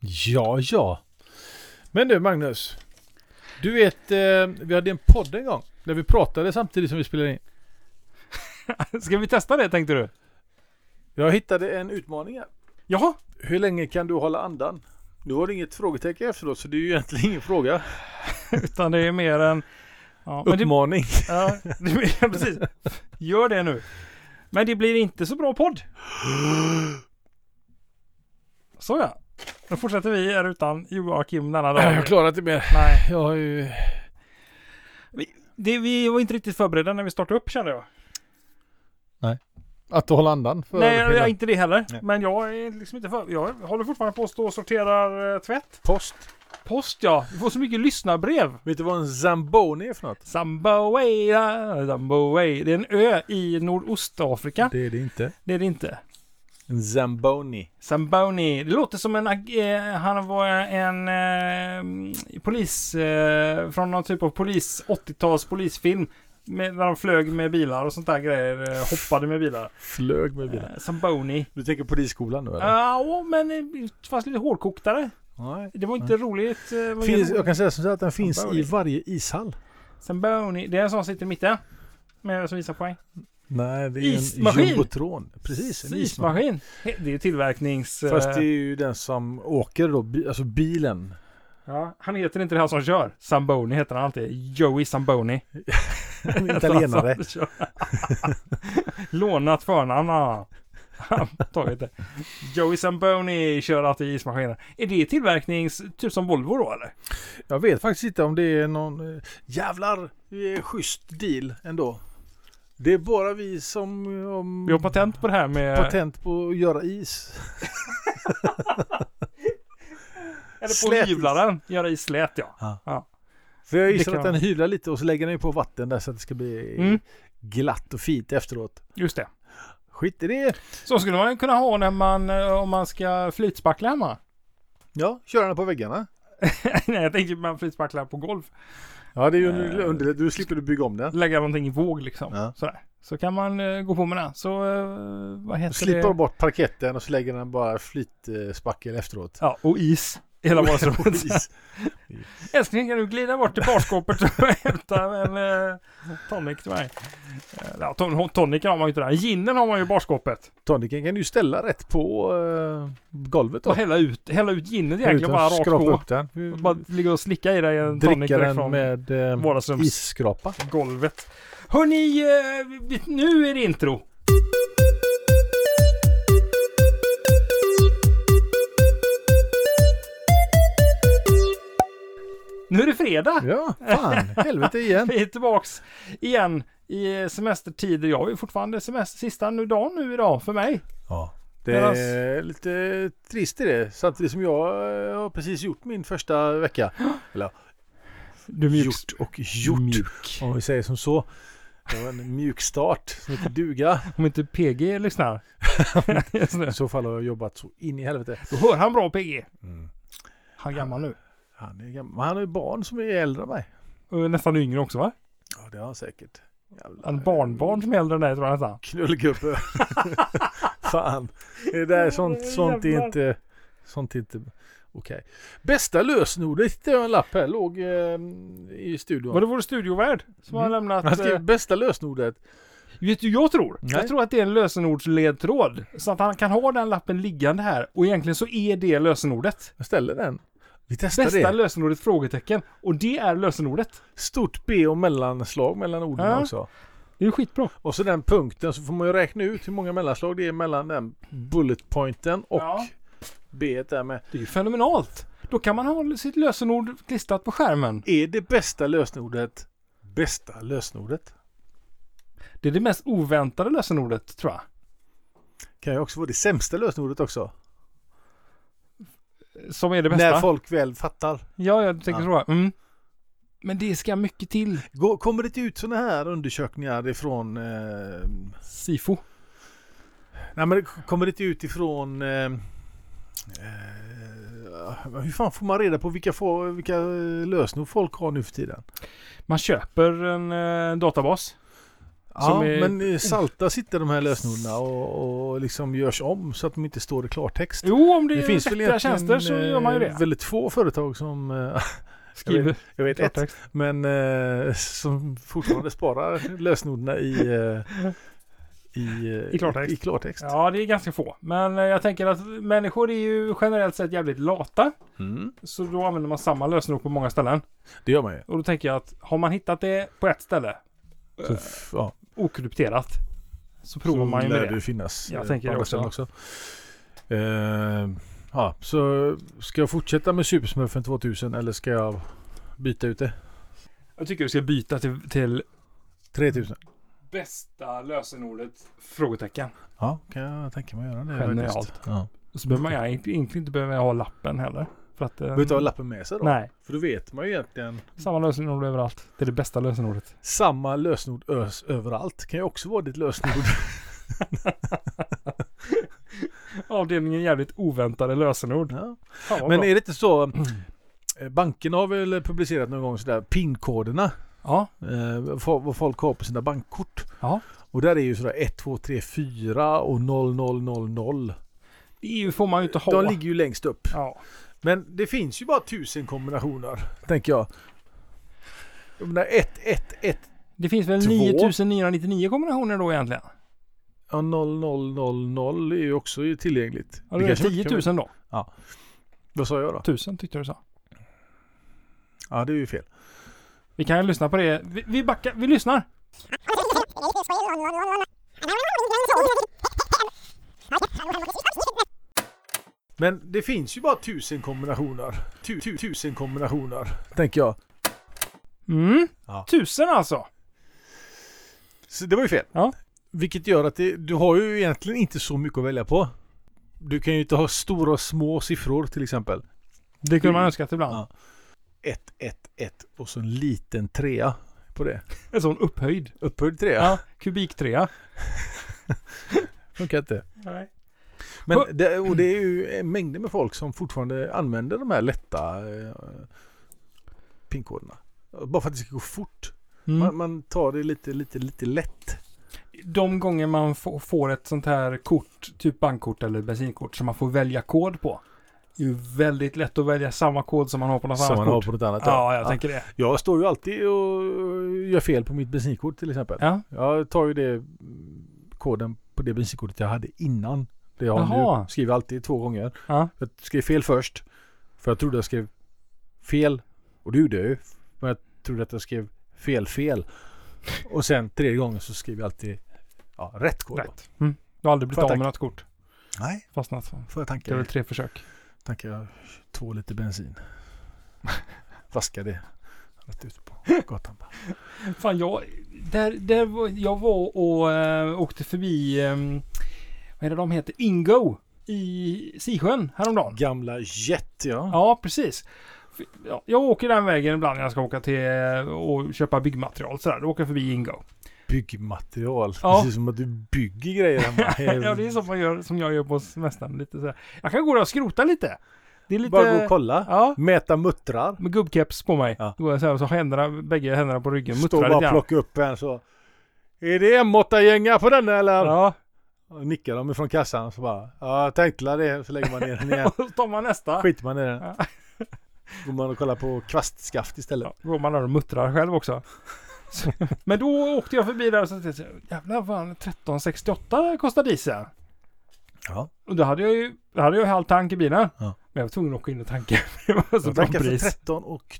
Ja, ja. Men du Magnus. Du vet, eh, vi hade en podd en gång. Där vi pratade samtidigt som vi spelade in. Ska vi testa det tänkte du? Jag hittade en utmaning här. Jaha? Hur länge kan du hålla andan? Du har inget frågetecken efteråt så det är ju egentligen ingen fråga. Utan det är mer en... Ja, men det, Uppmaning. ja, det, ja, precis. Gör det nu. Men det blir inte så bra podd. Så ja. Då fortsätter vi här utan Joakim denna Nej, dag. jag klarar inte mer. Nej, Jag har ju... det, vi var inte riktigt förberedda när vi startade upp kände jag. Att hålla andan för Nej, hela jag, inte det heller. Nej. Men jag är liksom inte för... Jag håller fortfarande på att stå och sortera eh, tvätt. post. Post ja. Vi får så mycket lyssnarbrev. Vet du vad en zamboni är för något? Zimbabwe, ja, Zimbabwe. Det är en ö i Nordostafrika. Det är det inte. Det är det inte. En zamboni. Zamboni. Det låter som en... ag- Eh, han var en eh, mm, polis... Eh, från någon typ av polis... 80-tals polisfilm. Med, när de flög med bilar och sånt där grejer. Eh, hoppade med bilar. Flög med bilen. Eh, Zamboni. Du tänker polisskolan nu eller? Ja, åh, men eh, fast lite hårdkoktare. Nej. Det var inte roligt. eh, vad Finns, gör man? jag kan säga som så här att den finns Zamboni. i varje ishall. Zamboni. Det är en sån som sitter i mitten. Med som visar poäng. Nej, det är Ismaskin. en jumbotron. Precis, en ismaskin. Ismaskin. He- Det är ju tillverknings... eh, Fast det är ju den som åker då, bi- alltså bilen. Ja, han heter inte det här som kör. Samboni heter han alltid. Joey Samboni. En heter han som italienare. kör. Lånat förnamn har han. Han har tagit det. Joey Samboni kör alltid ismaskiner. Är det tillverknings... Typ som Volvo då eller? Jag vet faktiskt inte om det är någon... eh, Jävlar, det är schysst deal ändå. Det är bara vi som eh, om, Vi har patent på det här med... patent på att göra is. eller slätis. på hyvlaren. Göra is slät ja. För jag Det gissar kan att den vara. hyvlar lite och så lägger den ju på vatten där så att det ska bli eh, Mm. glatt och fint efteråt. Just det. Skit i det. Så skulle man kunna ha när man... eh, Om man ska flytspackla hemma. Ja, kör den på väggarna. Nej jag tänkte man flytspacklar på golv. Ja, det är ju Eh. underligt. Du slipper du bygga om den. lägga någonting i våg liksom. Ja. Sådär. Så kan man eh, gå på med den. Så eh, vad heter Slipper det? bort parketten och så lägger den bara flytspackel efteråt. Ja, och is. i Hela vardagsrummet. Precis. Älskling kan du glida bort till barskåpet och hämta en eh, tonic till mig? Eh, Ja, ton- toniken har man ju inte där. Ginen har man ju i barskåpet. Toniken kan du ju ställa rätt på eh, golvet då. Och hälla ut, hälla ut ginen Utan egentligen bara att rakt skrapa på. upp den. Bara ligga och slicka i dig en tonic Dricka direkt den från med eh, vardagsrums. isskrapa. golvet. Hörni, eh, vi- nu är det intro. Nu är det fredag. Ja, fan. Helvete igen. Vi är tillbaks igen i semestertider. Jag är ju fortfarande semester, sista nu dagen nu idag för mig. Ja. Det Medans- är lite trist i det. Samtidigt som jag eh, har precis gjort min första vecka. Eller Du gjort och gjort. Mjuk. Om vi säger som så. Det var en mjuk start som inte duga. Om inte PG lyssnar. Just nu. I så fall har jag jobbat så in i helvete. Mm. Då hör han bra PG. Han är gammal nu. Han, är gammal. Men han har ju barn som är äldre än mig. Och Nästan yngre också va? Ja, det har han säkert. Jävla En barnbarn som är äldre än dig tror jag nästan. Knullgubbe. Fan. Det där är sånt, sånt är Jävlar. inte... Sånt är inte... Okej. Bästa lösenordet hittade jag en lapp här. Låg eh, i studion. Var det vår studiovärd som har lämnat? Han skrev eh, bästa lösenordet. Vet du, jag tror. Nej. Jag tror att det är en lösenordsledtråd. Så att han kan ha den lappen liggande här. Och egentligen så är det lösenordet. Jag ställer den. Vi testar Bästa det. lösenordet? Frågetecken. Och det är lösenordet. Stort B och mellanslag mellan orden Ja. också. Det är ju skitbra. Och så den punkten så får man ju räkna ut hur många mellanslag det är mellan den bullet pointen och Ja. B där med. Det är ju fenomenalt. Då kan man ha sitt lösenord klistrat på skärmen. Är det bästa lösenordet bästa lösenordet? Det är det mest oväntade lösenordet tror jag. Kan ju också vara det sämsta lösenordet också. Som är det bästa. När folk väl fattar. Ja, jag tänker Ja. så. Mm. Men det ska mycket till. Går, kommer det ut sådana här undersökningar ifrån... Eh, Sifo. nej men det k- kommer det ut ifrån... Eh, eh, hur fan får man reda på vilka, få- vilka eh, lösenord folk har nu för tiden? Man köper en eh, databas. Ja, Som är- men i Salta sitter de här lösenorderna och, och liksom görs om så att de inte står i klartext. Jo, om det, Det är finns väl vettiga tjänster så egentligen, gör man ju eh, det. väldigt få företag som, eh, Skriver jag vet ett, klartext. men eh, som fortfarande sparar lösenorderna i, eh, i, eh, I klartext. I klartext. Ja, det är ganska få. Men eh, jag tänker att människor är ju generellt sett jävligt lata. Mm. Så då använder man samma lösenord på många ställen. Det gör man ju. Och då tänker jag att har man hittat det på ett ställe, Så, f- ja, okrypterat, så provar så Eh, man ju lär med det det. ju finnas Jag eh, tänker på det andra också. ställen också. Eh, ja, så ska jag fortsätta med Supersmurfen 2000 eller ska jag byta ut det? Jag tycker du ska byta till, 3000? bästa lösenordet? Frågetecken. Ja, kan jag tänka mig att göra det. Genialt. Mm. faktiskt. Ja. Och så behöver man ju egentligen inte behöva ha lappen heller. För att, eh, Mm. Behöver inte ha lappen med sig då? Nej, För då vet man ju egentligen. samma lösenord överallt. Det är det bästa lösenordet. Samma lösenord ös överallt kan ju också vara ditt lösenord. Avdelningen jävligt oväntade lösenord. ja. Fan, vad Men bra. är det inte så? eh, Bankerna har väl publicerat någon gång sådär PIN-koderna. Ja, Eh, fo- vad folk har på sina bankkort. Ja. Och där är ju sådär 1, 2, 3, 4 och 0000. det är ju- E får man ju inte ha. De ligger ju längst upp. Ja. Men det finns ju bara tusen kombinationer, tänker jag. Jag menar 1, 1, 1, Det finns väl Två. 9999 kombinationer då egentligen? ja 0000 är ju också ju tillgängligt. Ja, det är kanske man 10 kan- 000 då. Vad sa jag då? 1000 tyckte du sa. Ja, det är ju fel. Vi kan ju lyssna på det. Vi, vi backar, vi lyssnar. Men det finns ju bara tusen kombinationer. Tu, tu, tusen kombinationer, tänker jag. Mm. Ja. 1000 alltså. Så det var ju fel. Ja. Vilket gör att det, du har ju egentligen inte så mycket att välja på. Du kan ju inte ha stora och små siffror till exempel. Det kunde man Mm. önskat ibland. Ja. 1, 1, 1 och så en liten trea på det. En sån upphöjd. Upphöjd trea. Ja. Kubiktrea. Funkar inte. Nej. Men På- det, och det är ju mängder med folk som fortfarande använder de här lätta eh, pinkoderna. Bara för att det ska gå fort. Man, Mm. man tar det lite, lite, lite lätt. De gånger man få- får ett sånt här kort, typ bankkort eller bensinkort, som man får välja kod på. Det är ju väldigt lätt att välja samma kod som man har på något Som man annat har kort. på något annat. Ja, jag tänker det. Jag står ju alltid och gör fel på mitt bensinkort till exempel. Ja. Jag tar ju det mm, koden på det bensinkortet jag hade innan. Det jag har Jaha. nu. Skriver alltid två gånger. Ja. Jag skrev fel först. För jag trodde jag skrev fel. Och det gjorde jag ju. Men jag trodde att jag skrev fel fel. Och sen tredje gången så skriver jag alltid ja, rätt kod. Då. Rätt. Mm. Du har aldrig blivit Får jag av med något kort. Nej, Fastnat. får jag Det är tanka, väl tre försök. tanka jag två liter bensin. Vaska det. Rätt ut på gatan. Fan, jag, där, där var, jag var och eh, åkte förbi, eh, vad är det de heter, Ingo i Sisjön häromdagen. Gamla Jet ja. Ja, precis. F- Ja, jag åker den vägen ibland när jag ska åka till eh, och köpa byggmaterial sådär. Då åker jag förbi Ingo. Byggmaterial. Ja. Det ser ut som att du bygger grejer hemma. Ja, det är som, man gör, som jag gör på semestern. Lite sådär. Jag kan gå där och skrota lite. Det är lite... Bara gå och kolla. Ja, Mäta muttrar. med gubbkeps på mig. Ja. Då går jag så här och så har händerna, bägge händerna på ryggen. Stå och Muttrar lite bara grann. plocka upp en så. Är det M8-gänga på den eller? Ja, Och nickar de ifrån kassan så bara. Ja, jag tänkte la det. Så lägger man ner den igen. och så tar man nästa. Skiter man i den. Ja. Går man och kollar på kvastskaft istället. Ja, går man där och muttrar själv också. Så- Men då åkte jag förbi där och så tänkte jag, jävlar fan 1368 kostar diesel. Ja. Och då hade jag ju, då hade jag ju halv tank i bilen. Ja. Men jag var tvungen att åka in och tanka. Det var så Jag bra tankade för pris. 13 och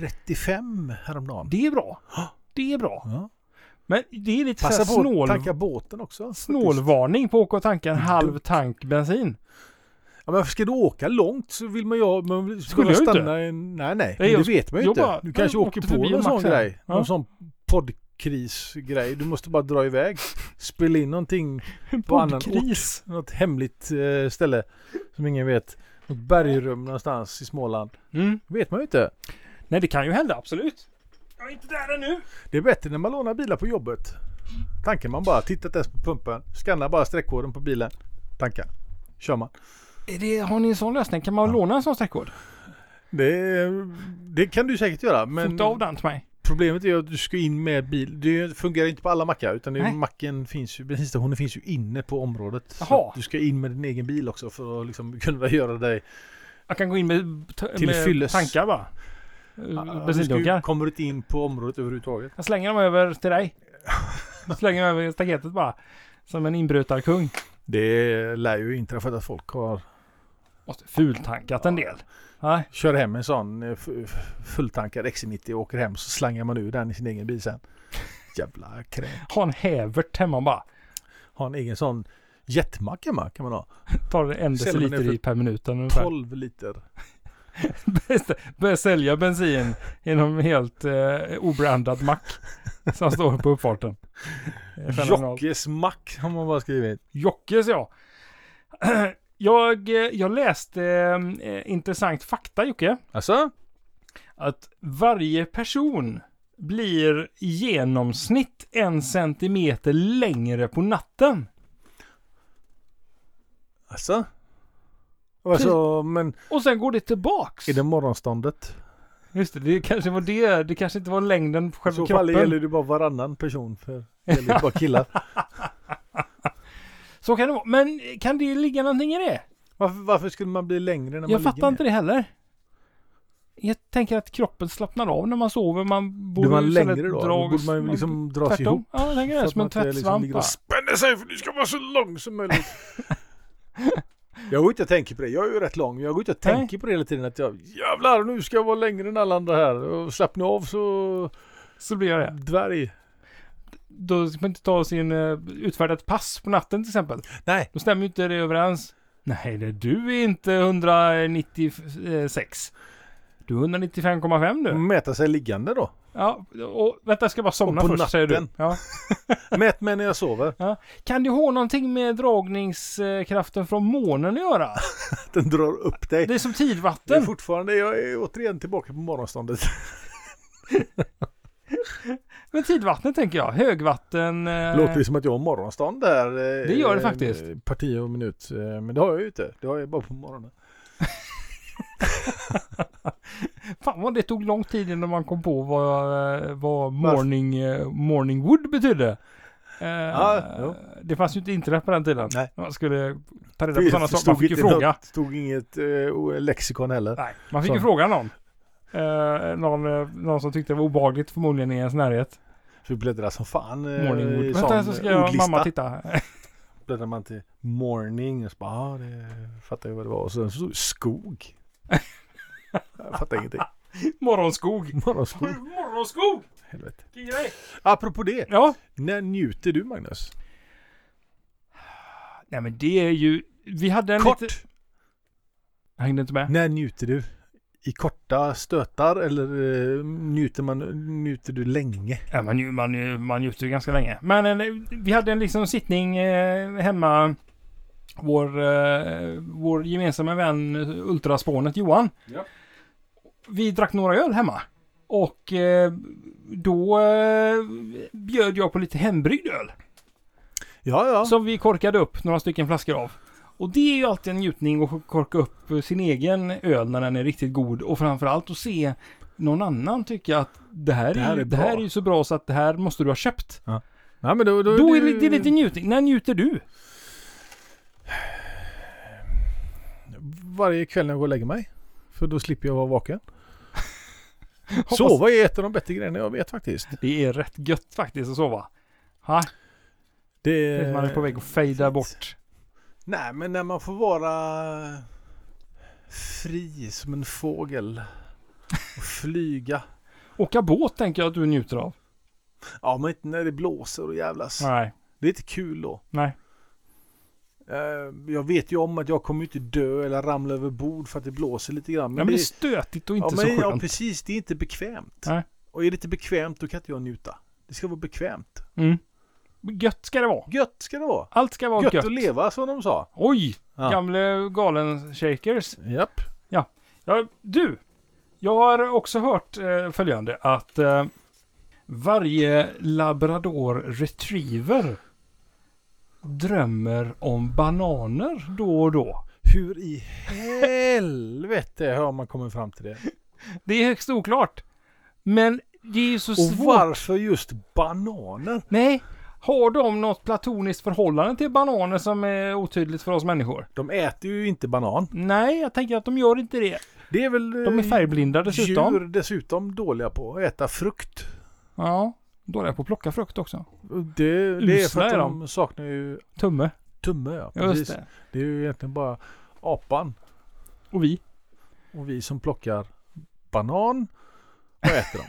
35 häromdagen. Det är bra. Det är bra. Ja. Men det är lite Passa så här på snål, att tanka båten också. faktiskt. Mm. snålvarning på att åka och tanka en halv tank bensin. Ja, men ska du åka långt så vill man ju ha- man vill, ska Skulle man jag inte. stanna en, Nej, nej. Nej, Men det jag- vet man ju jag inte. bara- du kanske jag åker åkte på förbi någon och sån maxade. grej. Ja. Någon sån poddkrisgrej. Du måste bara dra iväg. Spela in någonting på annan ort. Poddkris. Något hemligt eh, ställe som ingen vet. Något bergrum någonstans i Småland. Mm. Det vet man ju inte. Nej, det kan ju hända, absolut. Jag är inte där ännu. Det är bättre när man lånar bilar på jobbet. Tankar man bara, tittat ens på pumpen. Skannar bara streckkoden på bilen. Tanka. Kör man. Är det, har ni en sån lösning? Kan man låna en sån streckkod? Det, det kan du säkota av säkert göra. Men Fota av den till mig. Problemet är ju att du ska in med bil. Det fungerar inte på alla mackar utan det är ju- Nej. macken finns ju, bensinstationen finns ju inne på området. Så Jaha. att Du ska in med din egen bil också för att liksom kunna göra dig... Jag kan gå in med, t- Till med fylles. tankar bara. Eh, Ja, du ska ju- Bensindunkar. Kommer du inte in på området överhuvudtaget? Jag slänger dem över till dig. Jag slänger dem över staketet bara. Som en inbrytarkung. Det lär ju inträffa att folk har Måste fultankat en del. Nej. kör hem en sån eh, f- f- fulltankad XC90 och åker hem så slangar man ur den i sin egen bil sen. Jävla kräm. Ha en hävert hemma bara. Har en egen sån jetmack hemma kan man ha. Tar en Säljer man deciliter det för i per minut eller ungefär. 12 liter. Bäst- Börja sälja bensin i någon helt eh, obrandad mack. Som står på uppfarten. Det är fenomenalt. Jockes mack har man bara skrivit. Jockes ja. Jag, eh, jag läste eh, intressant fakta Jocke. Alltså? att varje person blir i genomsnitt en centimeter längre på natten. Alltså? Alltså, men Och sen går det tillbaks. är det morgonståndet? Just det, det kanske var det. Det kanske inte var längden på I så själva fall kroppen. gäller det bara varannan person för det gäller ju bara killar. Så kan det vara. Men kan det ligga någonting i det? Varför, varför skulle man bli längre när man Jag fattar inte det heller. Jag tänker att kroppen slappnar av när man sover. Man borde Blir man ju istället längre då? dra Då och- borde man ju liksom dra sig Tvärtom. ihop. Ja, jag tänker så det. att Som man en inte liksom tvättsvamp. ligger bara. och spänner sig för du ska vara så lång som möjligt. jag går inte och tänker på det. Jag är ju rätt lång. men Jag går inte och Nej. tänker på det hela tiden. Att jag jävlar nu ska jag vara längre än alla andra här. Och slappna av så Så blir jag det. dvärg. Då ska man inte ta sin eh, utfärda ett pass på natten till exempel. Nej. Då stämmer ju inte det överens. Nej, det, du är inte 196. Du är 195,5 du. Mäta sig liggande då. Ja, och vänta jag ska bara somna Och först på säger du. natten. Ja. Mät mig när jag sover. Kan det ha någonting med dragningskraften från månen att göra? Den drar upp dig. Det är som Det är tidvatten. fortfarande, jag är återigen tillbaka på morgonståndet. Men tidvatten tänker jag. Högvatten. eh, Låter det som att jag har morgonstånd där. eh, Det gör det faktiskt. Parti och minut. Eh, Men det har jag ju inte. Det har jag bara på morgonen. Fan vad det tog lång tid innan man kom på vad, eh, vad morning, eh, morning wood betydde. Eh, Ja, jo. det fanns ju inte internet på den tiden. Nej. Man skulle ta reda på sådana saker. Man fick ju inte fråga. något- stod inget eh, lexikon heller. Nej, man fick ju Så. fråga någon. Eh, någon, eh, någon som tyckte det var obehagligt förmodligen i ens närhet. Så vi bläddrade som fan eh, Morningwood. i Vänta sån så ska jag, ordlista. mamma titta. Bläddrade man till morning och så bara, ah, det fattar jag vad det var. Och sen så stod det skog. jag fattar ingenting. Morgonskog. Morgonskog. Morgonskog! Mm. Helvete. Vilken grej. Apropå det. Ja. När njuter du Magnus? Nej men det är ju, vi hade en Kort. lite... Jag hängde inte med. När njuter du? I korta stötar eller eh, njuter, man, njuter du länge? Ja, man, ju- man, ju- man njuter ju ganska länge. Men eh, vi hade en liksom sittning eh, hemma. Vår, eh, vår gemensamma vän eh, Ultraspånet Johan. Ja. Vi drack några öl hemma. Och eh, då eh, bjöd jag på lite hembryggd öl. Ja, ja. Som vi korkade upp några stycken flaskor av. Och det är ju alltid en njutning att korka upp eh, sin egen öl när den är riktigt god. Och framförallt att se någon annan tycka att det här, Det är, här ju- är det här bra. är ju så bra så att det här måste du ha köpt. Nej, men då, då, Då är du- det, det är lite njutning. När njuter du? Varje kväll när jag går och lägger mig. För då slipper jag vara vaken. Hoppas- Sova är ett av de bättre grejerna jag vet faktiskt. Det är rätt gött faktiskt att sova. Eh, Ha, Det man är på väg att fejda fint. bort. Nej, men när man får vara fri som en fågel. Och flyga. Åka båt tänker jag att du njuter av. Ja, men inte när det blåser och jävlas. Nej. Det är inte kul då. Nej. Eh, Jag vet ju om att jag kommer inte dö eller ramla över bord för att det blåser lite grann. Men, ja, men det är stötigt och inte ja, men, så ja, skönt. precis. Det är inte bekvämt. Nej. Och är det inte bekvämt då kan inte jag njuta. Det ska vara bekvämt. Mm. Gött ska det vara. Gött ska det vara. Allt ska vara Gött, gött. att leva som de sa. Oj! Ja. Gamle galen shakers. Japp. Ja, du! Jag har också hört eh, följande att eh, varje labrador retriever drömmer om bananer då och då. Hur i helvete har man kommit fram till det? Det är högst oklart. Men det är ju så Och svårt. varför just bananer? Nej. Har de något platoniskt förhållande till bananer som är otydligt för oss människor? De äter ju inte banan. Nej, jag tänker att de gör inte det. Det är väl De är eh, färgblinda dessutom. djur dessutom dåliga på att äta frukt. Ja. Dåliga på att plocka frukt också. Det, det är för Usla att är de saknar ju Tumme. tumme. Ja, Just precis. det. det är ju egentligen bara apan Och vi. och vi som plockar banan och äter dem.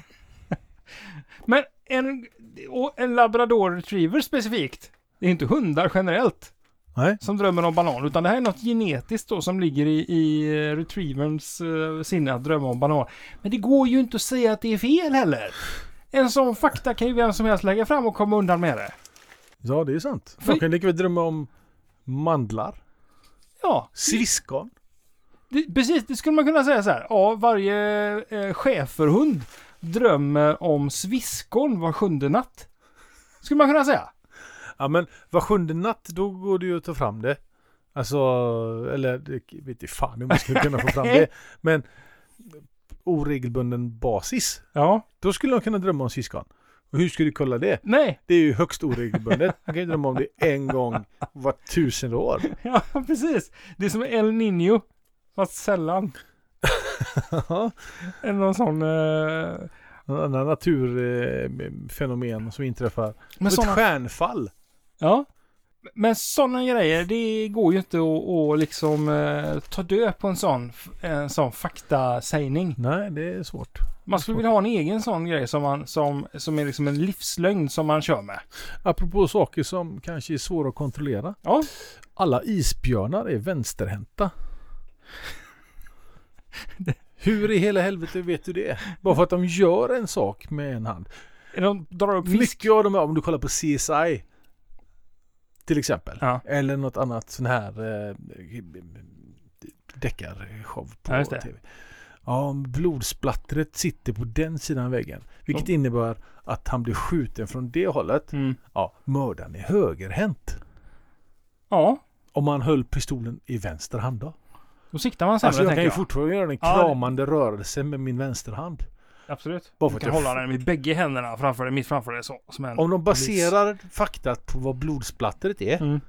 Men en, och en labrador retriever specifikt. Det är inte hundar generellt Nej. som drömmer om banan, utan det här är något genetiskt då som ligger i, i eh, retrieverns eh, sinne att drömma om banan. Men det går ju inte att säga att det är fel heller. En sån fakta kan ju vem som helst lägga fram och komma undan med det. Ja, det är sant. Fy- De kan lika väl drömma om mandlar, Ja, sviskon. det, precis. Det skulle man kunna säga så här. Ja, varje eh, schäferhund drömmer om sviskon var sjunde natt. Skulle man kunna säga. Ja, men var sjunde natt då går det ju att ta fram det. Alltså, eller det vet jag fan hur man skulle kunna få fram det. Men oregelbunden basis, Ja. då skulle de kunna drömma om syskon. Och hur skulle du kolla det? Nej, Det är ju högst oregelbundet. Man kan ju drömma om det en gång var tusen år. Ja, precis. Det är som El Nino. Fast sällan. Ja, Eller någon sån... eh, Någon annan naturfenomen som inträffar. Men Ett såna, stjärnfall. ja. Men sådana grejer, det går ju inte att, att liksom eh, ta död på en sån, en sån faktasägning. Nej, det är svårt. Man skulle vilja ha en egen sån grej som, man, som, som är liksom en livslögn som man kör med. Apropå saker som kanske är svåra att kontrollera. Ja. Alla isbjörnar är vänsterhänta. Hur i hela helvete vet du det? Bara för att de gör en sak med en hand. Eller De drar upp fisk. Mycket av de här, om du kollar på CSI till exempel. Ja. Eller något annat sån här eh, deckarshow på Ja, just det. tv. Ja, blodsplattret sitter på den sidan av väggen. Vilket innebär att han blir skjuten från det hållet. Mm. Ja, mördaren är högerhänt. Ja, Om man höll pistolen i vänster hand då? då siktar man sämre Alltså jag tänker kan ju jag. fortfarande göra en Ja, det- kramande rörelse med min vänsterhand. Absolut. Bara Du för att kan jag hålla den med bägge händerna framför dig, mitt framför dig så. Som en Om de polis. baserar faktat på vad blodsplattret är. Mm.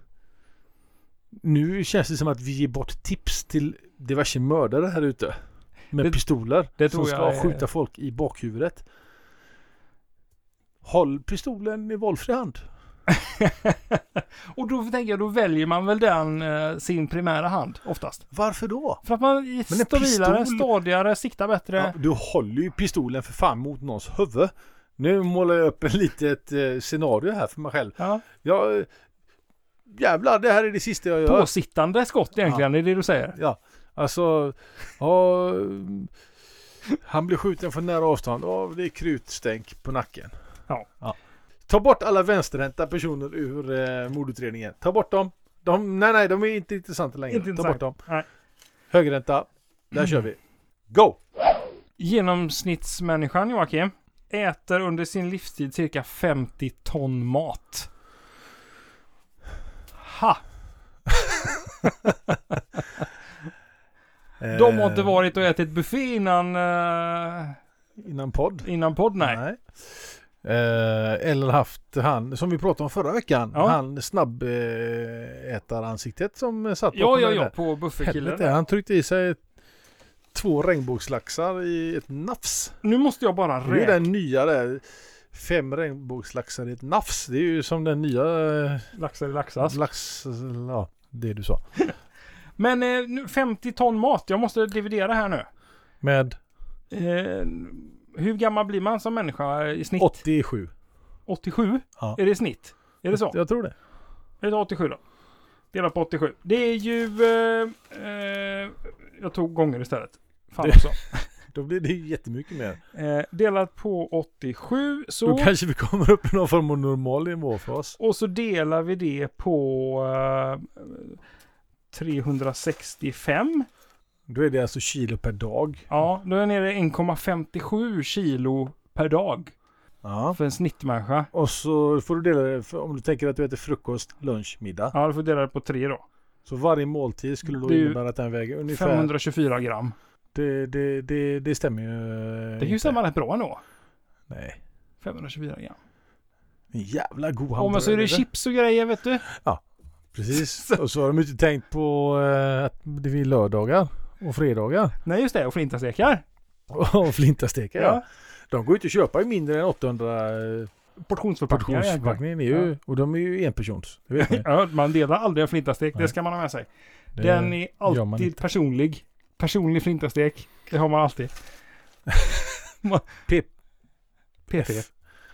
Nu känns det som att vi ger bort tips till diverse mördare här ute. Med Det- pistoler. det som tror ska jag är- skjuta folk i bakhuvudet. Håll pistolen i valfri hand. Och då tänker jag, då väljer man väl den eh, sin primära hand oftast. Varför då? För att man är en stabilare, pistol- stadigare, siktar bättre. Ja, du håller ju pistolen för fan mot någons huvud. Nu målar jag upp en litet eh, scenario här för mig själv. Ja. Jag... eh, Jävlar, det här är det sista jag gör. Påsittande skott egentligen, det är det du säger. Ja, alltså... Ja, mm, han blir skjuten från nära avstånd. Ja, det är krutstänk på nacken. Ja. Ta bort alla vänsterhänta personer ur eh, mordutredningen. Ta bort dem. De, nej, nej, de är inte intressanta längre. Inte Ta bort intressant. dem. Nej. Högerhänta. Där kör vi. Go! Genomsnittsmänniskan Joakim äter under sin livstid cirka 50 ton mat. Ha! De har inte Eh, varit och ätit buffé innan, eh, Innan podd? innan podd, nej. Eh, eller haft han, som vi pratade om förra veckan, Ja. han snabbätaransiktet som satt Ja, bakom ja, den där. ja, på buffékillen. Helvete, han tryckte i sig två regnbågslaxar i ett nafs. Nu måste jag bara Det är ju räkna. den nya där. Fem regnbågslaxar i ett nafs. Det är ju som den nya eh, Laxar i laxas. lax... Ja, det du sa. Men eh, nu- 50 ton mat, jag måste dividera här nu. Med Eh, hur gammal blir man som människa i snitt? 87. 87? Ja. Är det i snitt? Är det så? Jag tror det. Är det 87 då? Dela på 87. Det är ju... Eh, eh, jag tog gånger istället. Fan Det- också. Då blir det ju jättemycket mer. Eh, delat på 87 så... Då kanske vi kommer upp i någon form av normal nivå för oss. Och så delar vi det på eh, 365. Då är det alltså kilo per dag. Ja, då är jag nere i 1,57 kilo per dag Ja. för en snittmänniska. Och så får du dela det, för om du tänker att du äter frukost, lunch, middag. Ja, du får dela det på tre då. Så varje måltid skulle då Det är ju innebära att den väger ungefär... 524 gram. Det, det, det, det stämmer ju eh, Det är ju inte. samma rätt bra ändå. Nej. 524 gram. En jävla god Och hamburgare. men så är det chips och grejer vet du. Precis. Och så har de inte tänkt på eh, att det är lördagar och fredagar. Nej just det, och flintastekar. Och flintastekar ja. De går ju inte att köpa i mindre än 800 eh, Portionsförpackningar egentligen. portionsförpackningen. Är ju, Och de är ju enpersons. Det vet ni. Ja, man delar aldrig en flintastek, det Nej. ska man ha med sig. Det- Den är gör man alltid inte. personlig. Personlig flintastek, det har man alltid. P- PP,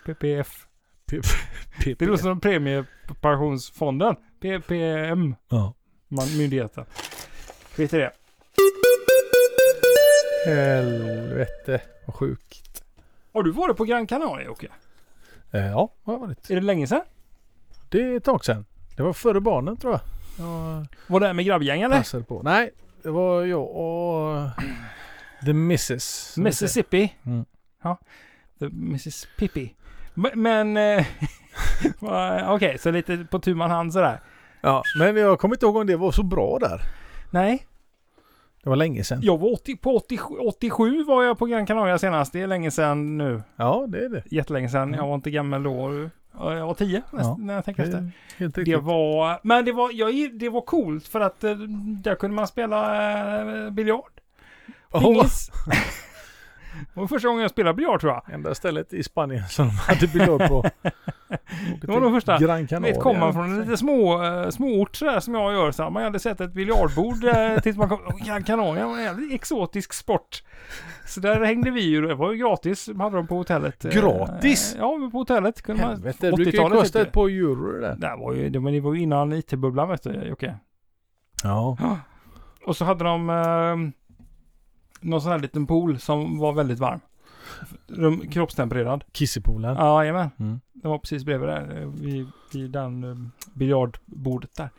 PPF. P- P- Det låter som Premiepensionsfonden. PPM, Ja. man, myndigheten. Skit i det. Helvete vad sjukt. Har du varit på Gran Canaria Jocke? Eh, ja, vad har varit. Är det länge sedan? Det är ett tag sedan. Det var före barnen tror jag. Jag Var det här med grabbgäng eller? passade på. Nej, det var jag eh, och the missus. som heter. Mississippi. Mm. Ja. The Mrs. Pippi. Men, men eh, okej, så lite på tu man hand sådär. Ja, men jag kommer inte ihåg om det var så bra där. Nej, Det var länge sedan. jag var 80, på 87, 87 var jag på Gran Canaria senast. Det är länge sedan nu. Ja, det är det. Jättelänge sedan. Jag var inte gammal då. Ja, Jag var 10 näst, Mm. Ja. när jag tänker Det efter. är helt Det riktigt. var, men det var, jag, det var coolt för att eh, där kunde man spela eh, biljard. Åh, Pingis. det var första gången jag spelade biljard tror jag. enda stället i Spanien som de hade biljard på. Det var nog första. Gran Jag Canaria. vet, kommer man från en lite små, eh, småort sådär som jag gör så här, man hade sett ett biljardbord eh, tills man kom, Åh, Gran Canaria var en jävligt exotisk sport. Så där hängde vi ju, det var ju gratis, hade de på hotellet. eh, Gratis? Eh, ja, på hotellet kunde man. Helvete, det brukar ju 80-talet kosta heter ett par euro det där. Det här var ju, det, men det var ju innan IT-bubblan vet du Jocke. Ja. Och så hade de eh, någon sån här liten pool som var väldigt varm. Rum, kroppstempererad. Kissepoolen. Ja, jajamän. Mm. Den var precis bredvid där, eh, vid, vid den eh, biljardbordet där.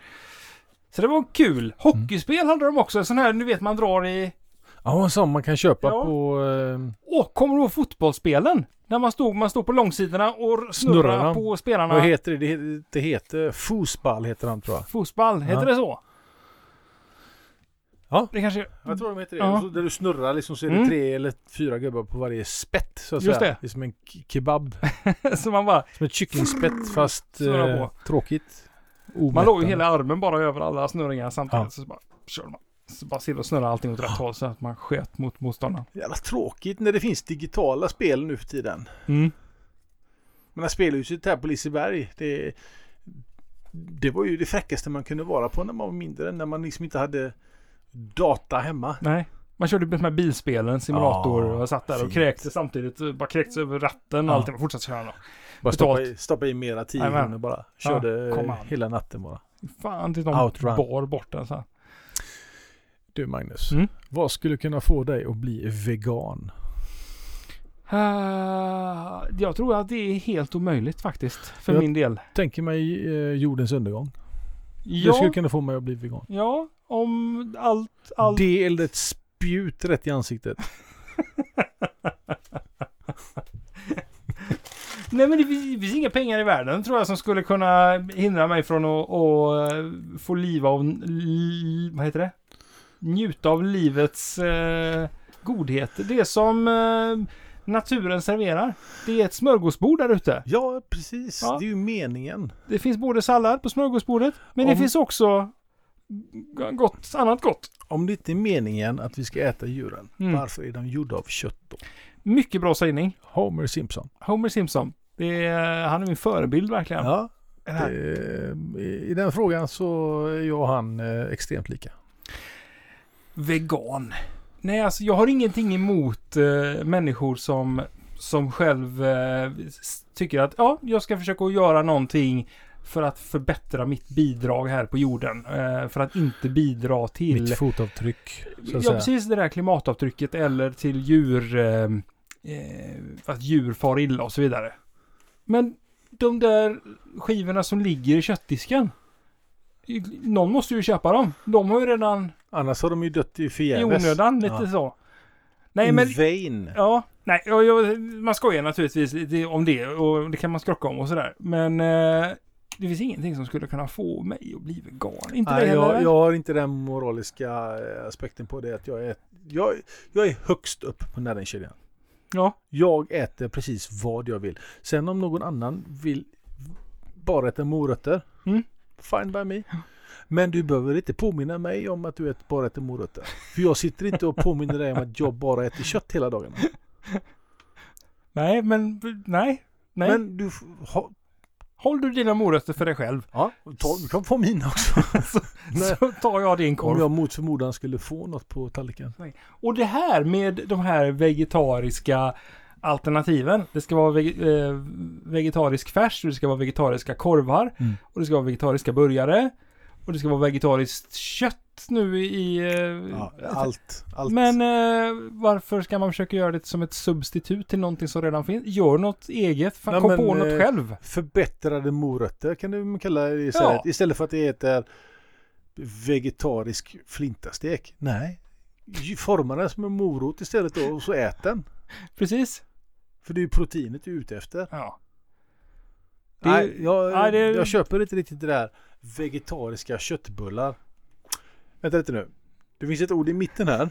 Så det var Mm. kul. Hockeyspel hade de också. Sån här, nu vet man drar i... Ja, en sån man kan köpa Ja. på... Eh, Åh, kommer du ihåg fotbollsspelen? Där man stod, man stod på långsidorna och Snurrar snurrade dem. på spelarna. vad heter det? Det heter, det heter Fosball heter han tror jag. Fotboll, heter Ja. det så? Ja. Det kanske... Jag tror de heter det. Ja. Och Så där du snurrar liksom så är det Mm. tre eller fyra gubbar på varje spett så att Just säga. det. Det är som en k- kebab. så man bara... Som ett Mm. kycklingspett fast Snurra eh, på. tråkigt. Man låg ju Omättande. hela armen bara över alla snurringar samtidigt. Ja. Så bara körde man. Så bara silver snurrade allting åt rätt håll så att man sköt mot motståndaren. Jävla tråkigt när det finns digitala spel nu för tiden. Mm. Men spelhuset här på Liseberg, det, det var ju det fräckaste man kunde vara på när man var mindre. När man liksom inte hade data hemma. Nej. Man körde med de här bilspelen, simulator Ja, och satt där och fint. kräktes samtidigt. eh, Bara kräktes över ratten och Ja. allting. Man fortsatte köra. då. Bara Betalt. stoppa i, stoppa i mera 10 Jajamän. kronor bara. Körde kom an. Mm. hela natten bara. Fan, tills de Outrun. bar bort den så här. Du Magnus, Mm. vad skulle kunna få dig att bli vegan? Ah, jag tror att det är helt omöjligt faktiskt. För Jag- min del. Tänker mig eh, jordens undergång. Det Ja, skulle kunna få mig att bli vegan. ja, om allt, allt. Det eller ett spjut rätt i ansiktet. Nej men det finns, det finns inga pengar i världen tror jag som skulle kunna hindra mig från att, att eh, få liv av, li, vad heter det? Njuta av livets eh, godheter. Det som eh, naturen serverar. Det är ett smörgåsbord där ute. Ja, precis. Ja. Det är ju meningen. Det finns både sallad på smörgåsbordet, men det Om- finns också g- gott, annat gott. Om det inte är meningen att vi ska äta djuren, Mm. varför är de gjorda av kött då? Mycket bra sägning. Homer Simpson. Homer Simpson. Det är, han är min förebild verkligen. Ja, Den här. det, Eh, i den frågan så är jag och han eh, extremt lika. vegan. Nej, alltså jag har ingenting emot eh, människor som, som själv eh, s- tycker att ja, jag ska försöka att göra någonting för att förbättra mitt bidrag här på jorden. Eh, för att inte bidra till... Mitt fotavtryck, så att ja, säga. precis det där klimatavtrycket eller till djur... Eh, eh, att djur far illa och så vidare. Men de där skivorna som ligger i köttdisken. i- Någon måste ju köpa dem. De har ju redan Annars har de ju dött i i förgäves. onödan lite Ja. så. Nej men, In vain. ja. Nej, jag, jag, man skojar naturligtvis lite om det och det kan man skrocka om och sådär. Men eh, det finns ingenting som skulle kunna få mig att bli vegan. Inte Nej, dig heller? jag, väl? jag har inte den moraliska eh, aspekten på det. Att jag, är, jag, jag är högst upp på näringskedjan. Ja. Jag äter precis vad jag vill. Sen om någon annan vill bara äta morötter, Mm. fine by me. Men du behöver inte påminna mig om att du äter, bara äter morötter. För jag sitter inte och påminner dig om att jag bara äter kött hela dagen. Nej, men nej. Nej. Men du f- ha, Håll du dina morötter för dig själv. ja, ta, du kan få mina också. Nej. Så tar jag din korv. Om jag mot förmodan skulle få något på tallriken. Och det här med de här vegetariska alternativen. Det ska vara vege- eh, vegetarisk färs, och det ska vara vegetariska korvar Mm. och det ska vara vegetariska burgare. Och det ska vara vegetariskt kött nu i... eh, Ja, allt. allt. Men eh, varför ska man försöka göra det som ett substitut till någonting som redan finns? Gör något eget, fan, Nej, kom men, på något eh, själv. Förbättrade morötter kan du kalla det istället. Istället för att det heter vegetarisk flintastek. Nej. Forma den som en morot istället då och så ät den. Precis. För det är ju proteinet du är ute efter. Ja. Det- Nej, jag, nej, det- jag köper inte riktigt det där vegetariska köttbullar. Vänta lite nu. Det finns ett ord i mitten här.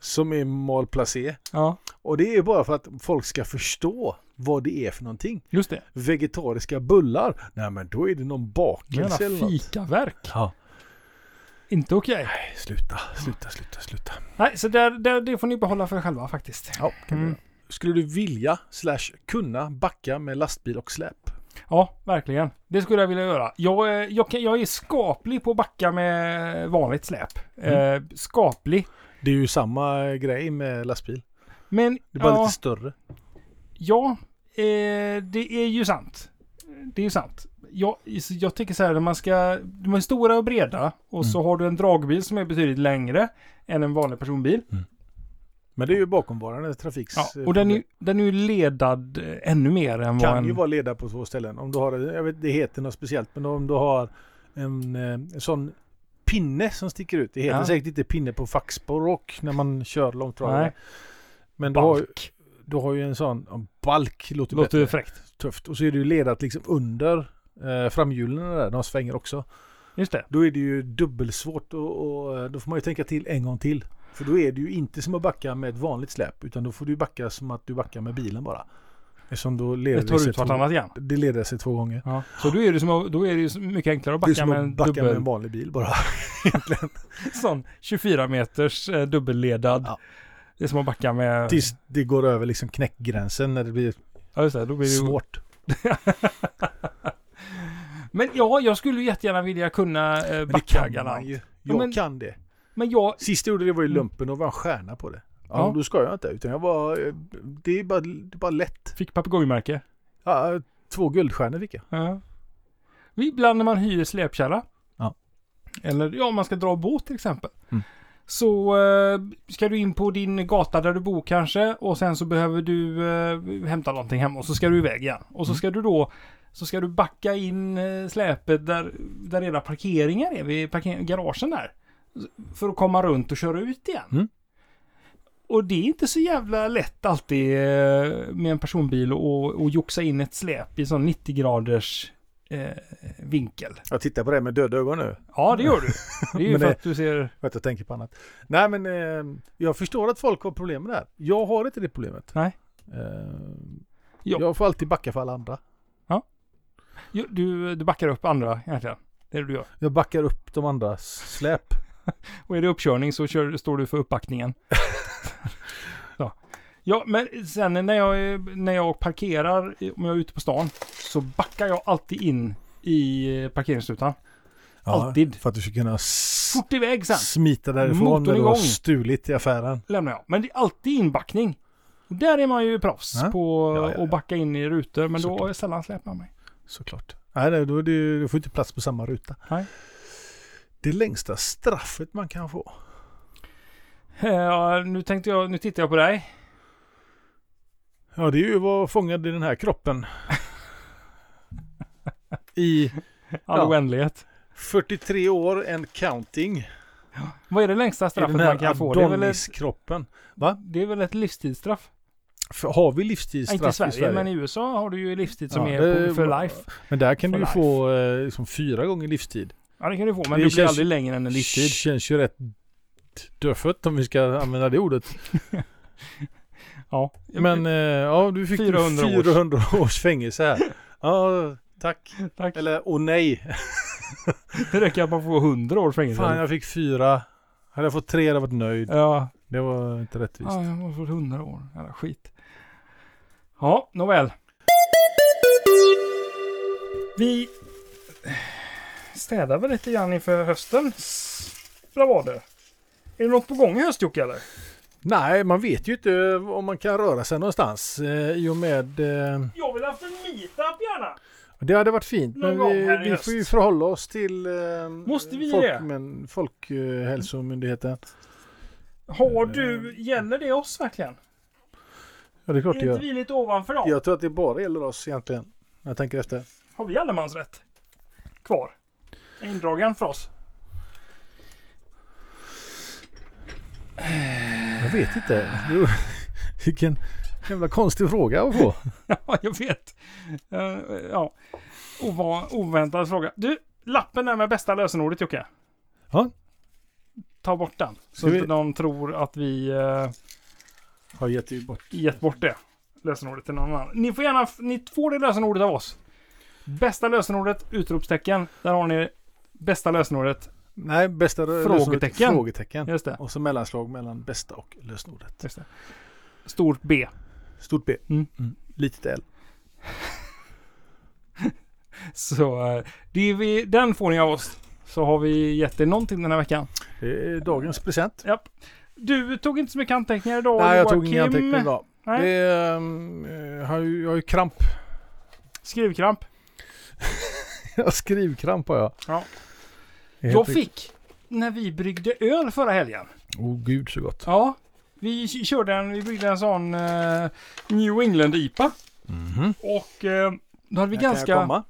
som är malplacé. ja, Och det är bara för att folk ska förstå vad det är för någonting. just det. Vegetariska bullar. Nej men då är det någon Gärna bakelse eller något. fikaverk. Ja. Inte okej. Nej, sluta, sluta, sluta, sluta. Nej, så där, där, det får ni behålla för er själva faktiskt. Ja, kan Mm. du. göra. Skulle du vilja slash kunna backa med lastbil och släp? Ja, verkligen. Det skulle jag vilja göra. Jag, är- jag, kan- jag är skaplig på att backa med vanligt släp. Mm. Eh, skaplig. Det är ju samma grej med lastbil. Men Det är bara ja, lite större. ja eh, det är ju sant. Det är ju sant. Jag, jag tycker så här, när man ska... De är stora och breda och Mm. så har du en dragbil som är betydligt längre än en vanlig personbil. Men det är ju bakomvarande trafiks... Ja, och den är, den är ju ledad eh, ännu mer än vad kan en... ju vara ledare på två ställen. Om du har, jag vet, det heter något speciellt, men om du har en, eh, en sån pinne som sticker ut. Det heter Ja. säkert inte pinne på fackspråk när man kör långtradare. Nej. Men du har, ju- balk. du har ju en sån, en balk låter, Låter bättre. fräckt. Tufft. Och så är det ju ledat liksom under eh, framhjulen där, de svänger också. Just det. Då är det ju dubbelsvårt och, och eh, då får man ju tänka till en gång till. För då är det ju inte som att backa med ett vanligt släp utan då får du backa som att du backar med bilen bara. Eftersom då leder Det det, tar sig, ut två, vartannat igen. det leder sig två gånger. Ja. Så då är det, som, att- då är det ju så mycket enklare att Det är backa som med att en backa med dubbel... en vanlig bil bara. sån 24 meters eh, dubbelledad. Ja. Det är som att backa med... Tills det går över liksom knäckgränsen när det blir Ja, just det, då blir det ju... svårt. Men ja, jag skulle ju jättegärna vilja kunna eh, Men det backa kan man galant. ju. Ja, Jag men- kan det. Men jag... Sist jag gjorde det var i Mm. lumpen och var en stjärna på det. Ja, Ja. men Då ska jag inte. Utan jag var... eh, Det är bara, det är bara lätt. Fick papegojmärke. Ja, två guldstjärnor fick jag. Ja. Ibland när man hyr släpkärra. Ja. Eller ja, om man ska dra båt till exempel. Mm. Så eh, ska du in på din gata där du bor kanske och sen så behöver du eh, hämta någonting hemma och så ska du iväg igen. Och så Mm. ska du då så ska du backa in eh, släpet där, där era parkeringar är, vid parker- garagen där. För att komma runt och köra ut igen. Mm. Och det är inte så jävla lätt alltid eh, med en personbil och, och joxa in ett släp i sån 90 graders eh, vinkel. Jag tittar på det med döda ögon nu. Ja, det gör du. Det är ju Men för det- att du ser... För att jag tänker på annat. Nej men eh, jag förstår att folk har problem med det här. Jag har inte det problemet. Nej. Eh, Ja. jag får alltid backa för alla andra. Jo, Du, du backar upp andra egentligen. Det är det du gör. Jag backar upp de andras släp. Och är det uppkörning så kör, står du för uppbackningen. så. Ja, men sen när jag, när jag parkerar, om jag är ute på stan, så backar jag alltid in i eh, parkeringsrutan. Alltid. För att du ska kunna s- Fort iväg sen! smita därifrån Motorn när du har igång. stulit i affären. lämnar jag. Men det är alltid inbackning. Och där är man ju proffs Ja. på Ja, ja, ja. att backa in i rutor. Men då Såklart. har jag sällan släp med mig. Såklart. Nej, nej, då är det, du får inte plats på samma ruta. Nej. Det längsta straffet man kan få. Eh, nu tänkte jag, nu tittar jag på dig. Ja, det är ju att vara fångad i den här kroppen. I All Ja. oändlighet. 43 år and counting. Vad är det längsta I straffet den här man kan få? Det är, väl ett, Adonis-kroppen. det är väl ett livstidsstraff? För Har vi Nej, inte i livstidsstraff Sverige, men i USA har du ju livstid som Ja, är på, det- för life. Men där kan for du ju life. få eh, liksom fyra gånger livstid. Ja, det kan du få. Men Det du blir känns- aldrig längre än en livstid. Känns ju rätt dödfött om vi ska använda det ordet. Ja. Men eh, ja, du fick 400 400, års. 400 års. fängelse här. Ja, tack. Tack. Eller åh nej. Det räcker att man får 100 års fängelse. Fan, jag fick fyra. Hade jag fått tre hade jag varit nöjd. Ja. Det var inte rättvist. Ja, jag har fått 100 år. Jävla skit. Ja, nåväl. Vi städar väl lite grann inför höstens bravader. Är det något på gång i höst Jocke eller? Nej, man vet ju inte om man kan röra sig någonstans eh, i och med... Eh, Jag vill ha haft en meetup gärna. det hade varit fint, Någon men gång vi, här i vi höst. får ju förhålla oss till eh, Måste vi folk, det? Men, Folkhälsomyndigheten. Har du, gäller det oss verkligen? Ja, Mm. det är klart Är det inte gör. vi lite ovanför dem? Jag tror att det bara gäller oss egentligen. När jag tänker efter. Har vi allemansrätt kvar? Är Indragen för oss? Jag vet inte. Jo, Vilken jävla konstig fråga att få. Ja, jag vet. Eh, ja. Ova, oväntad fråga. Du, lappen där med bästa lösenordet Jocke. Ja. Ta bort den. Så Ska vi- att de tror att vi eh, Har gett ju bort. gett bort det lösenordet till någon annan. Ni får gärna, ni får det lösenordet av oss. Bästa lösenordet, utropstecken. Där har ni bästa lösenordet. Nej, bästa rö- Frågetecken. lösenordet- frågetecken. Just det. Och så mellanslag mellan bästa och lösenordet. Just det. Stort B. Stort B. Mm. Litet L. Så eh, det är vi, den får ni av oss. Så har vi gett er någonting den här veckan. Det är dagens present. Japp. Du tog inte så mycket anteckningar idag Nej, jag tog Joakim. inga anteckningar idag. Nej. Det är, ehm, eh, har ju, jag har ju kramp. Skrivkramp. Jag har skrivkramp har jag. Ja. Det är Jag helt- fick, när vi bryggde öl förra helgen. Åh oh, gud så gott. Ja. Vi k- körde en, vi bryggde en sån eh, New England-IPA. Mhm. Och eh, då hade vi Här Kan jag ganska... komma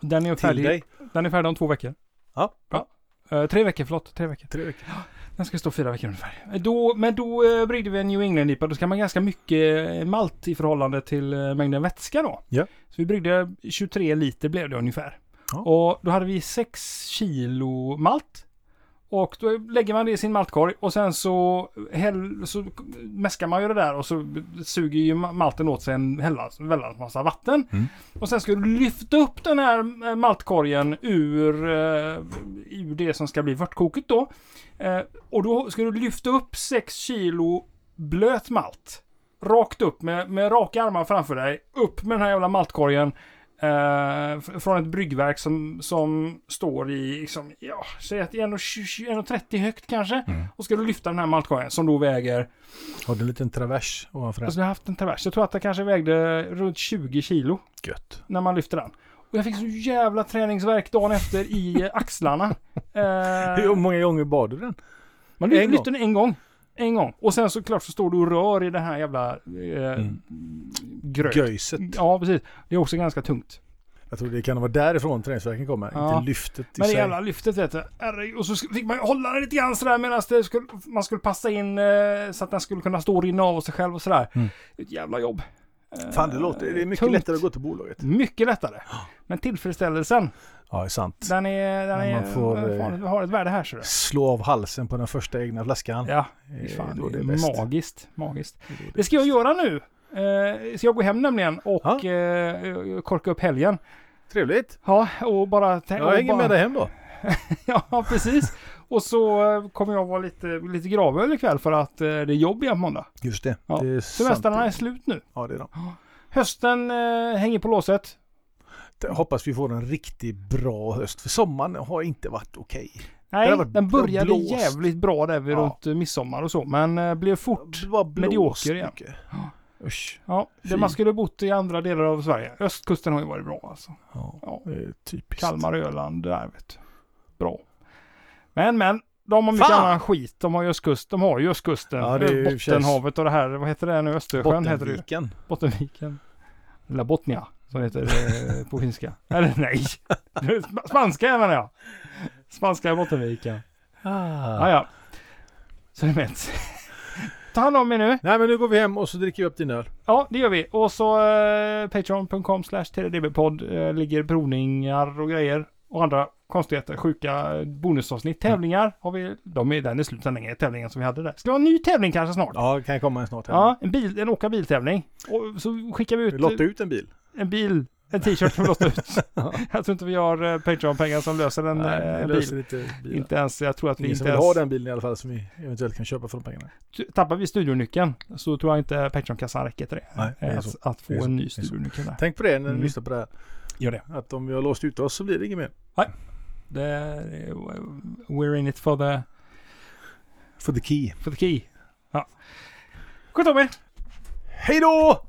Den är, till färdig, dig? den är färdig om två veckor. Ja, bra. Eh, tre veckor, förlåt. Tre veckor. Tre veckor. Den ska stå fyra veckor ungefär. Eh, Då, men då eh, bryggde vi en New England-IPA. Då ska man ganska mycket eh, malt i förhållande till eh, mängden vätska då. Ja. Så vi bryggde 23 liter blev det ungefär. Ja. Och då hade vi 6 kilo malt. Och då lägger man det i sin maltkorg och sen så, häll, så mäskar man ju det där och så suger ju ma- malten åt sig en hällans- väldans massa vatten. Mm. Och sen ska du lyfta upp den här eh, maltkorgen ur, eh, ur det som ska bli vörtkoket då. Eh, och då ska du lyfta upp 6 kilo blöt malt. Rakt upp med, med raka armar framför dig. Upp med den här jävla maltkorgen. Eh, fr- från ett bryggverk som, som står i, liksom, ja, säg att det är 1,30 högt kanske. Mm. Och ska du lyfta den här maltkorgen som då väger, Har du en liten travers ovanför den? alltså jag har haft en travers, jag tror att den kanske vägde runt 20 kilo Gött. när man lyfter den. Och jag fick så jävla träningsvärk dagen efter i axlarna. Eh, Hur många gånger bad du den? Man En lyfter gång. lyfter den en gång. En gång. Och sen såklart så står du och rör i den här jävla eh, Mm. gröt. Göjset. Ja, precis. Det är också ganska tungt. Jag tror det kan vara därifrån träningsvärken kommer. Ja. Inte lyftet i Men det sig. jävla lyftet vet du. Herregud. Och så sk- fick man ju hålla den lite grann sådär medan det skulle, man skulle passa in eh, så att den skulle kunna stå och rinna av sig själv och sådär. Mm. Ett jävla jobb. Eh, Fan det låter, det är mycket tungt. lättare att gå till bolaget. Mycket lättare. Men tillfredsställelsen, Ja, det är sant. den är... Den Ja, är man får, den eh, fan, har ett värde här ser du. Slå av halsen på den första egna flaskan. Ja, Eh, fan, då det är är det bäst. magiskt. Magiskt. Det är det. Det ska jag göra nu. Eh, så jag går hem nämligen och Ja. eh, korkar upp helgen. Trevligt. Ja, och bara... tän- Jag hänger och bara, med dig hem då. Ja, precis. Och så eh, kommer jag vara lite, lite gravöl ikväll för att eh, det är jobb igen på måndag. Just det. Ja. det är Semestrarna är sant. slut nu. Ja, det är de. Hösten eh, hänger på låset. Det- Hoppas vi får en riktigt bra höst. För sommaren har inte varit okej. Det Nej, har varit den började blåst. jävligt bra där vid Ja. runt eh, midsommar och så, men eh, blev fort... Det var blåst Medioker igen. mycket. Usch. Ja, det Fy. man skulle bott i andra delar av Sverige. Östkusten har ju varit bra alltså. Ja, Ja. det är typiskt. Kalmar, Öland, det där vet du. Bra. Men, men. De har mycket Fan! annan skit. De har ju östkust, de har ju östkusten. Ja, det är ju i och för sig- Bottenhavet och det här, vad heter det nu? Östersjön heter det ju. Bottenviken. Bottenviken. Eller Botnia, som det heter eh, på finska. Eller nej. Sp- Spanska menar jag. Spanska är Bottenviken. Ja, Ah. ja. Så det mäts. Ta hand om er nu. Nej, men nu går vi hem och så dricker vi upp din öl. Ja, det gör vi. Och så eh, patreon.com slash tddbpodd eh, ligger provningar och grejer. och andra konstigheter, sjuka eh, bonusavsnitt, Mm. tävlingar har vi. De är, den är slut sedan länge, tävlingen som vi hade där. Ska vi ha en ny tävling kanske snart? Ja, det kan komma en snart. här. Ja, en, bil, en åka biltävling. Och så skickar vi Vi ut eh, lottar ut en bil. en bil, en t-shirt som vi lottar ut. Jag tror inte vi har eh, Patreon-pengar som löser en Nej, eh, vi bil. löser lite bilar. Inte ens, jag tror att vi Ingen som inte vill ha ens... den bilen i alla fall som vi eventuellt kan köpa för de pengarna. T- Tappar vi studionyckeln så tror jag inte Patreon-kassan räcker till det. Nej, det är att, så. att få Det är så. en Det ny är så. studionyckel där. eh, alltså- Tänk på det när ni Mm. lyssnar på det här. Gör det. Att om vi har låst ut oss så blir det inget mer. det er, eh, we're in it for the, For the key. for the key. Ja. Sköt om er! Hej då!